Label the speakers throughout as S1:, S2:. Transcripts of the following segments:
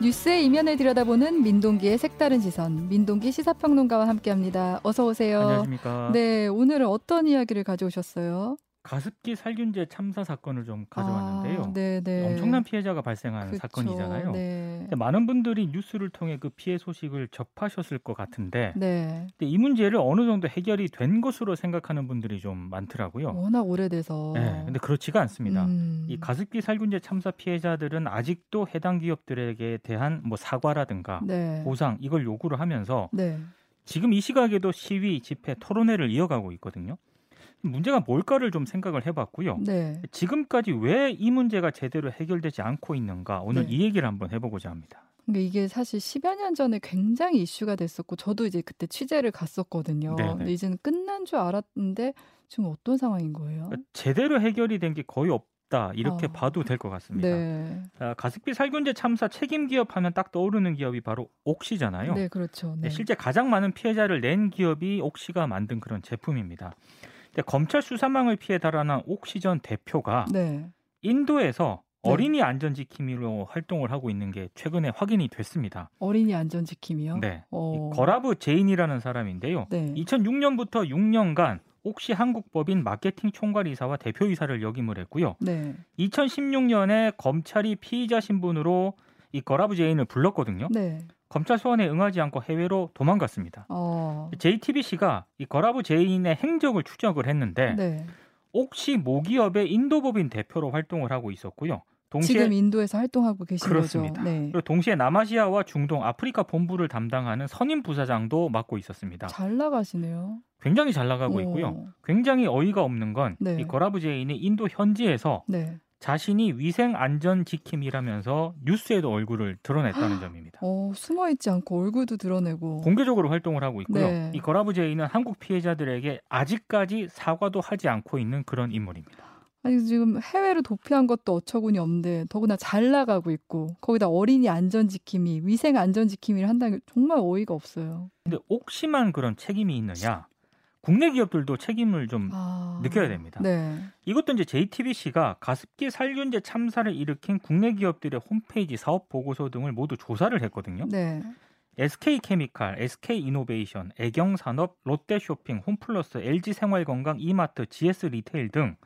S1: 뉴스의 이면을 들여다보는 민동기의 색다른 시선, 민동기 시사평론가와 함께합니다. 어서 오세요.
S2: 안녕하십니까.
S1: 네, 오늘은 어떤 이야기를 가져오셨어요?
S2: 가습기 살균제 참사 사건을 좀 가져왔는데요.
S1: 아, 네, 네.
S2: 엄청난 피해자가 발생한
S1: 그쵸,
S2: 사건이잖아요.
S1: 네.
S2: 근데 많은 분들이 뉴스를 통해 그 피해 소식을 접하셨을 것 같은데
S1: 네.
S2: 근데 이 문제를 어느 정도 해결이 된 것으로 생각하는 분들이 좀 많더라고요.
S1: 워낙 오래돼서.
S2: 어. 네, 근데 그렇지가 않습니다.
S1: 어. 음,
S2: 이 가습기 살균제 참사 피해자들은 아직도 해당 기업들에게 대한 뭐 사과라든가
S1: 네.
S2: 보상 이걸 요구를 하면서
S1: 네.
S2: 지금 이 시각에도 시위, 집회, 토론회를 이어가고 있거든요. 문제가 뭘까를 좀 생각을 해봤고요.
S1: 네.
S2: 지금까지 왜 이 문제가 제대로 해결되지 않고 있는가 오늘
S1: 네. 어.
S2: 이 얘기를 한번 해보고자 합니다.
S1: 근데 그러니까 이게 사실 10여 년 전에 굉장히 이슈가 됐었고 저도 이제 그때 취재를 갔었거든요.
S2: 네네.
S1: 근데 이제는 끝난 줄 알았는데 지금 어떤 상황인 거예요?
S2: 그러니까 제대로 해결이 된 게 거의 없다 이렇게
S1: 아.
S2: 봐도 될 것 같습니다.
S1: 네.
S2: 아, 가습기 살균제 참사 책임 기업 하면 딱 떠오르는 기업이 바로 옥시잖아요.
S1: 네, 그렇죠. 네.
S2: 실제 가장 많은 피해자를 낸 기업이 옥시가 만든 그런 제품입니다. 근데 검찰 수사망을 피해 달아난 옥시전 대표가
S1: 네.
S2: 인도에서
S1: 네.
S2: 어린이 안전 지킴이로 활동을 하고 있는 게 최근에 확인이 됐습니다.
S1: 어린이 안전 지킴이요?
S2: 네. 이
S1: 어.
S2: 거라브 제인이라는 사람인데요.
S1: 네.
S2: 2006년부터 6년간 옥시 한국법인 마케팅 총괄이사와 대표이사를 역임을 했고요.
S1: 네.
S2: 2016년에 검찰이 피의자 신분으로 이 거라브 제인을 불렀거든요.
S1: 네.
S2: 검찰 소환에 응하지 않고 해외로 도망갔습니다.
S1: 어.
S2: JTBC가 이 거라브 제인의 행적을 추적을 했는데
S1: 네.
S2: 옥시 모기업의 인도법인 대표로 활동을 하고 있었고요. 동시에
S1: 지금 인도에서 활동하고 계신
S2: 그렇습니다.
S1: 거죠. 네.
S2: 그리고 동시에 남아시아와 중동 아프리카 본부를 담당하는 선임 부사장도 맡고 있었습니다.
S1: 잘 나가시네요. 어.
S2: 굉장히 잘 나가고
S1: 오.
S2: 있고요. 굉장히 어이가 없는 건 이
S1: 네.
S2: 거라브 제인이 인도 현지에서
S1: 네.
S2: 자신이 위생 안전 지킴이라면서 뉴스에도 얼굴을 드러냈다는 점입니다.
S1: 어, 숨어 있지 않고 얼굴도 드러내고.
S2: 공개적으로 활동을 하고 있고요.
S1: 네.
S2: 이 거라브 제인은 한국 피해자들에게 아직까지 사과도 하지 않고 있는 그런 인물입니다.
S1: 아니 지금 해외로 도피한 것도 어처구니 없는데 더구나 잘 나가고 있고 거기다 어린이 안전 지킴이, 위생 안전 지킴이를 한다는 게 정말 어이가 없어요.
S2: 근데 옥시만 그런 책임이 있느냐? 국내 기업들도 책임을 좀
S1: 아.
S2: 느껴야 됩니다.
S1: 네.
S2: 이것도 이제 JTBC가 가습기 살균제 참사를 일으킨 국내 기업들의 홈페이지 사업 보고서 등을 모두 조사를 했거든요.
S1: 네.
S2: SK케미칼, SK이노베이션, 애경산업, 롯데쇼핑, 홈플러스, LG생활건강, 이마트, GS리테일 등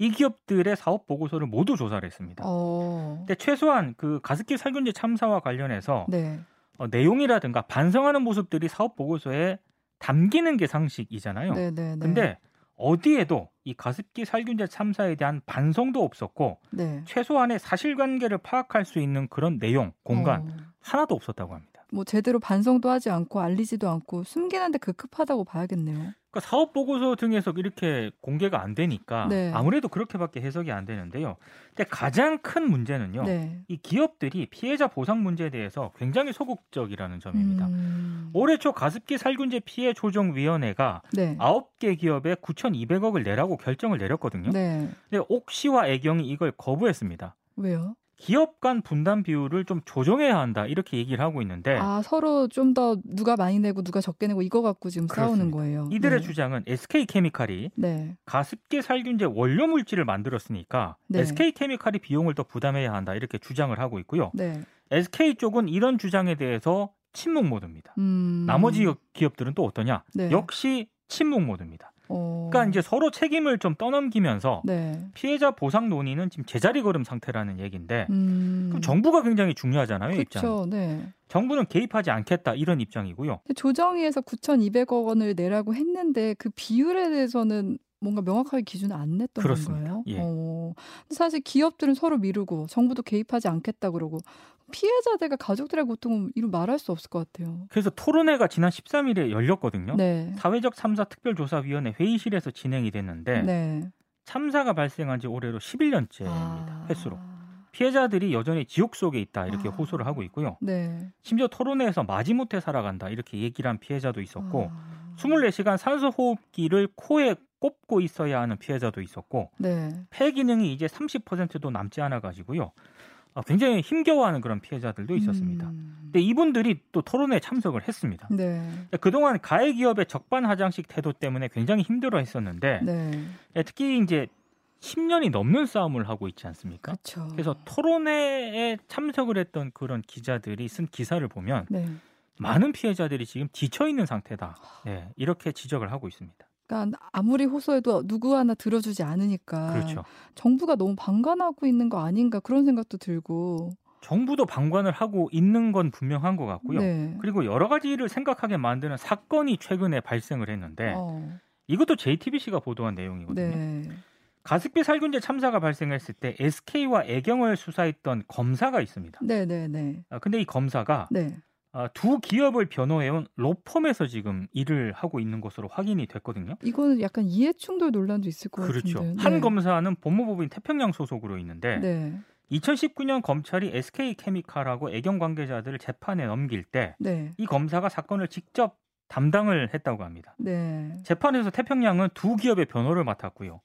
S2: 이 기업들의 사업 보고서를 모두 조사를 했습니다.
S1: 어.
S2: 근데 최소한 그 가습기 살균제 참사와 관련해서
S1: 네.
S2: 어, 내용이라든가 반성하는 모습들이 사업 보고서에 담기는 게 상식이잖아요.
S1: 네, 네, 네.
S2: 근데 어디에도 이 가습기 살균제 참사에 대한 반성도 없었고
S1: 네.
S2: 최소한의 사실관계를 파악할 수 있는 그런 내용, 공간
S1: 어.
S2: 하나도 없었다고 합니다.
S1: 뭐 제대로 반성도 하지 않고 알리지도 않고 숨기는데 급급하다고 봐야겠네요.
S2: 그러니까 사업 보고서 등에서 이렇게 공개가 안 되니까
S1: 네.
S2: 아무래도 그렇게밖에 해석이 안 되는데요. 근데 가장 큰 문제는요.
S1: 네.
S2: 이 기업들이 피해자 보상 문제에 대해서 굉장히 소극적이라는 점입니다. 어?
S1: 음,
S2: 올해 초 가습기 살균제 피해 조정 위원회가
S1: 네.
S2: 9개 기업에 9,200억을 내라고 결정을 내렸거든요.
S1: 네.
S2: 근데 옥시와 애경이 이걸 거부했습니다.
S1: 왜요?
S2: 기업 간 분담 비율을 좀 조정해야 한다 이렇게 얘기를 하고 있는데
S1: 아 서로 좀 더 누가 많이 내고 누가 적게 내고 이거 갖고 지금 싸우는
S2: 그렇습니다.
S1: 거예요.
S2: 이들의
S1: 네.
S2: 주장은 SK 케미칼이
S1: 네.
S2: 가습기 살균제 원료 물질을 만들었으니까
S1: 네.
S2: SK 케미칼이 비용을 더 부담해야 한다 이렇게 주장을 하고 있고요.
S1: 네.
S2: SK 쪽은 이런 주장에 대해서 침묵 모드입니다.
S1: 음.
S2: 나머지 기업들은 또 어떠냐?
S1: 네.
S2: 역시 침묵 모드입니다.
S1: 어.
S2: 그러니까 이제 서로 책임을 좀 떠넘기면서
S1: 네.
S2: 피해자 보상 논의는 지금 제자리 걸음 상태라는 얘기인데
S1: 음.
S2: 그럼 정부가 굉장히 중요하잖아요, 입장.
S1: 그렇죠. 네.
S2: 정부는 개입하지 않겠다 이런 입장이고요.
S1: 근데 조정위에서 9,200억 원을 내라고 했는데 그 비율에 대해서는 뭔가 명확하게 기준을 안 냈던
S2: 그렇습니다.
S1: 건가요?
S2: 예.
S1: 어. 근데 사실 기업들은 서로 미루고 정부도 개입하지 않겠다 그러고 피해자들과 가족들의 고통은 이루 말할 수 없을 것 같아요.
S2: 그래서 토론회가 지난 13일에 열렸거든요.
S1: 네.
S2: 사회적 참사 특별조사위원회 회의실에서 진행이 됐는데
S1: 네.
S2: 참사가 발생한 지 올해로 11년째입니다.
S1: 아.
S2: 예, 횟수로. 피해자들이 여전히 지옥 속에 있다 이렇게
S1: 아.
S2: 호소를 하고 있고요.
S1: 네.
S2: 심지어 토론회에서 마지못해 살아간다 이렇게 얘기를 한 피해자도 있었고
S1: 아.
S2: 24시간 산소호흡기를 코에 꼽고 있어야 하는 피해자도 있었고
S1: 네.
S2: 폐 기능이 이제 30%도 남지 않아 가지고요. 아, 굉장히 힘겨워하는 그런 피해자들도 있었습니다. 네.
S1: 음.
S2: 근데 이분들이 또 토론회에 참석을 했습니다.
S1: 네.
S2: 그동안 가해 기업의 적반하장식 태도 때문에 굉장히 힘들어 했었는데
S1: 네.
S2: 예, 특히 이제 10년이 넘는 싸움을 하고 있지 않습니까?
S1: 그렇죠.
S2: 그래서 토론회에 참석을 했던 그런 기자들이 쓴 기사를 보면
S1: 네.
S2: 많은 피해자들이 지금 지쳐 있는 상태다. 네, 이렇게 지적을 하고 있습니다.
S1: 그러니까 아무리 호소해도 누구 하나 들어주지 않으니까
S2: 그렇죠.
S1: 정부가 너무 방관하고 있는 거 아닌가 그런 생각도 들고
S2: 정부도 방관을 하고 있는 건 분명한 것 같고요.
S1: 네.
S2: 그리고 여러 가지를 생각하게 만드는 사건이 최근에 발생을 했는데
S1: 어,
S2: 이것도 JTBC가 보도한 내용이거든요.
S1: 네.
S2: 가습기 살균제 참사가 발생했을 때 SK와 애경을 수사했던 검사가 있습니다.
S1: 네, 네, 네.
S2: 아, 근데 이 검사가
S1: 네.
S2: 아, 두 기업을 변호해온 로펌에서 지금 일을 하고 있는 것으로 확인이 됐거든요.
S1: 이거는 약간 이해충돌 논란도 있을 것
S2: 그렇죠.
S1: 같은데.
S2: 한
S1: 네.
S2: 검사는 법무법인 태평양 소속으로 있는데
S1: 네.
S2: 2019년 검찰이 SK 케미칼하고 애경 관계자들을 재판에 넘길 때 이
S1: 네.
S2: 검사가 사건을 직접 담당을 했다고 합니다.
S1: 네.
S2: 재판에서 태평양은 두 기업의 변호를 맡았고요.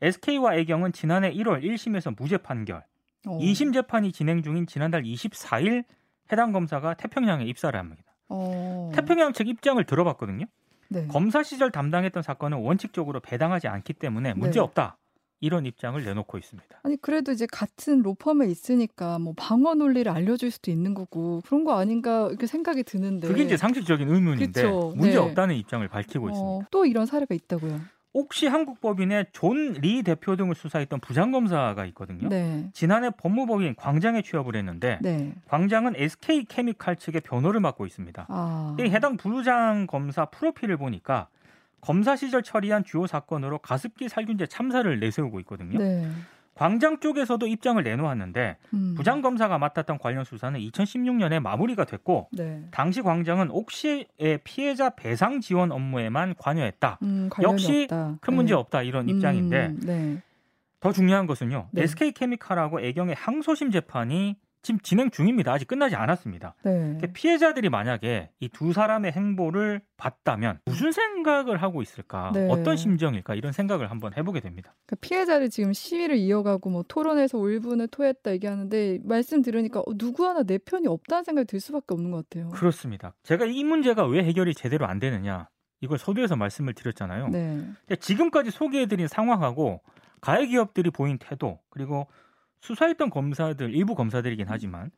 S2: SK와 애경은 지난해 1월 1심에서 무죄 판결,
S1: 어.
S2: 2심 재판이 진행 중인 지난달 24일 해당 검사가 태평양에 입사를 합니다.
S1: 어.
S2: 태평양 측 입장을 들어봤거든요.
S1: 네.
S2: 검사 시절 담당했던 사건은 원칙적으로 배당하지 않기 때문에 문제
S1: 네.
S2: 없다. 이런 입장을 내놓고 있습니다.
S1: 아니 그래도 이제 같은 로펌에 있으니까 뭐 방어 논리를 알려줄 수도 있는 거고 그런 거 아닌가 이렇게 생각이 드는데.
S2: 그게 이제 상식적인 의문인데
S1: 네. 그쵸.
S2: 문제
S1: 네.
S2: 없다는 입장을 밝히고
S1: 어,
S2: 있습니다.
S1: 또 이런 사례가 있다고요.
S2: 혹시 한국 법인의 존 리 대표 등을 수사했던 부장 검사가 있거든요.
S1: 네.
S2: 지난해 법무법인 광장에 취업을 했는데
S1: 네.
S2: 광장은 SK 케미칼 측의 변호를 맡고 있습니다.
S1: 아.
S2: 근데 해당 부장 검사 프로필을 보니까 검사 시절 처리한 주요 사건으로 가습기 살균제 참사를 내세우고 있거든요.
S1: 네.
S2: 광장 쪽에서도 입장을 내놓았는데
S1: 음.
S2: 부장 검사가 맡았던 관련 수사는 2016년에 마무리가 됐고
S1: 네.
S2: 당시 광장은 옥시의 피해자 배상 지원 업무에만 관여했다.
S1: 음, 관련이
S2: 역시
S1: 없다.
S2: 큰
S1: 네.
S2: 문제 없다 이런 입장인데
S1: 음, 네.
S2: 더 중요한 것은요.
S1: 네.
S2: SK 케미칼하고 애경의 항소심 재판이 지금 진행 중입니다. 아직 끝나지 않았습니다.
S1: 네.
S2: 근데 피해자들이 만약에 이 두 사람의 행보를 봤다면 무슨 생각을 하고 있을까?
S1: 네.
S2: 어떤 심정일까? 이런 생각을 한번 해보게 됩니다.
S1: 그러니까 피해자를 지금 시위를 이어가고 뭐 토론에서 울분을 토했다 얘기하는데 말씀 들으니까 어, 누구 하나 내 편이 없다는 생각이 들 수밖에 없는 것 같아요.
S2: 그렇습니다. 제가 이 문제가 왜 해결이 제대로 안 되느냐 이걸 서두에서 말씀을 드렸잖아요.
S1: 네.
S2: 근데 그러니까 지금까지 소개해드린 상황하고 가해 기업들이 보인 태도 그리고 수사했던 검사들 일부 검사들이긴 하지만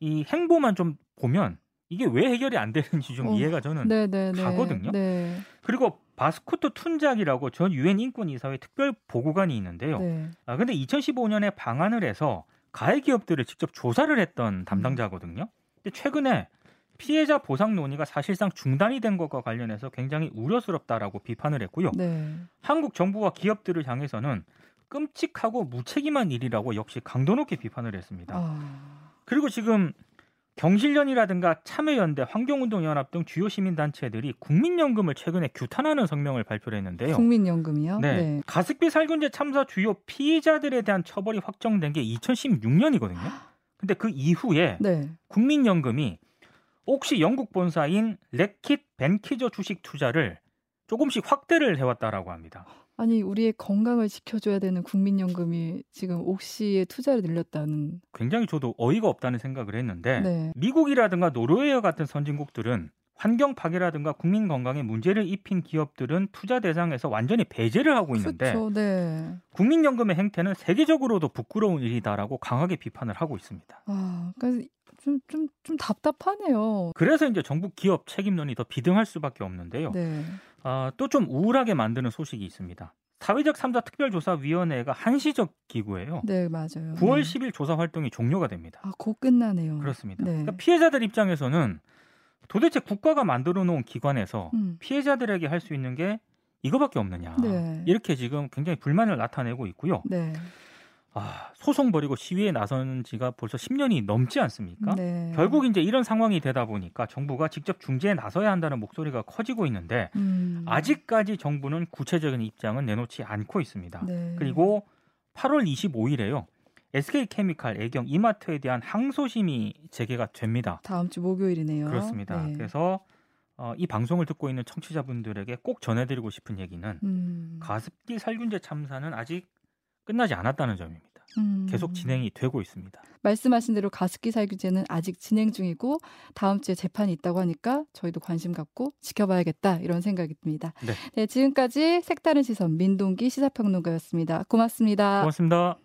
S2: 이 행보만 좀 보면 이게 왜 해결이 안 되는지 좀
S1: 어,
S2: 이해가 저는
S1: 네, 네, 네.
S2: 가거든요.
S1: 네.
S2: 그리고 바스쿠토 툰작이라고 전 유엔 인권 이사회 특별 보고관이 있는데요.
S1: 네.
S2: 아, 근데 2015년에 방안을 해서 가해 기업들을 직접 조사를 했던 담당자거든요. 근데 최근에 피해자 보상 논의가 사실상 중단이 된 것과 관련해서 굉장히 우려스럽다라고 비판을 했고요.
S1: 네.
S2: 한국 정부와 기업들을 향해서는 끔찍하고 무책임한 일이라고 역시 강도 높게 비판을 했습니다.
S1: 아.
S2: 그리고 지금 경실련이라든가 참여연대, 환경운동연합 등 주요 시민단체들이 국민연금을 최근에 규탄하는 성명을 발표를 했는데요.
S1: 국민연금이요? 아,
S2: 네. 가습기 살균제 참사 주요 피의자들에 대한 처벌이 확정된 게 2016년이거든요. 근데 그 이후에
S1: 네.
S2: 국민연금이 혹시 영국 본사인 레킷 벤키저 주식 투자를 조금씩 확대를 해왔다라고 합니다.
S1: 아니 우리의 건강을 지켜줘야 되는 국민연금이 지금 옥시에 투자를 늘렸다는.
S2: 굉장히 저도 어이가 없다는 생각을 했는데
S1: 네.
S2: 미국이라든가 노르웨이와 같은 선진국들은 환경 파괴라든가 국민 건강에 문제를 입힌 기업들은 투자 대상에서 완전히 배제를 하고 있는데
S1: 그렇죠. 네.
S2: 국민연금의 행태는 세계적으로도 부끄러운 일이다라고 강하게 비판을 하고 있습니다.
S1: 아, 그러니까 좀좀 좀 답답하네요.
S2: 그래서 이제 정부 기업 책임론이 더 비등할 수밖에 없는데요.
S1: 네.
S2: 아, 또 좀 우울하게 만드는 소식이 있습니다. 사회적 삼자 특별조사위원회가 한시적 어. 기구예요.
S1: 네, 맞아요. 네.
S2: 9월 10일 조사 활동이 종료가 됩니다.
S1: 아, 곧 끝나네요.
S2: 그렇습니다.
S1: 네.
S2: 그러니까 피해자들 입장에서는 도대체 국가가 만들어 놓은 기관에서
S1: 음.
S2: 피해자들에게 할 수 있는 게 이거밖에 없느냐.
S1: 네.
S2: 아, 이렇게 지금 굉장히 불만을 나타내고 있고요.
S1: 네.
S2: 아, 소송 벌이고 시위에 나선 지가 벌써 10년이 넘지 않습니까?
S1: 네.
S2: 결국 이제 이런 상황이 되다 보니까 정부가 직접 중재에 나서야 한다는 목소리가 커지고 있는데
S1: 음.
S2: 아직까지 정부는 구체적인 입장은 내놓지 않고 있습니다.
S1: 네.
S2: 그리고 8월 25일에요. SK 케미칼 애경 이마트에 대한 항소심이 제기가 됩니다.
S1: 다음 주 목요일이네요.
S2: 그렇습니다.
S1: 네.
S2: 그래서 어, 이 방송을 듣고 있는 청취자분들에게 꼭 전해드리고 싶은 얘기는
S1: 음.
S2: 가습기 살균제 참사는 아직 끝나지 않았다는 점입니다.
S1: 음.
S2: 계속 진행이 되고 있습니다.
S1: 말씀하신 대로 가습기 살균제는 아직 진행 중이고 다음 주에 재판이 있다고 하니까 저희도 관심 갖고 지켜봐야겠다 이런 생각이 듭니다.
S2: 네.
S1: 지금까지 색다른 시선 민동기 시사평론가였습니다. 고맙습니다.
S2: 고맙습니다.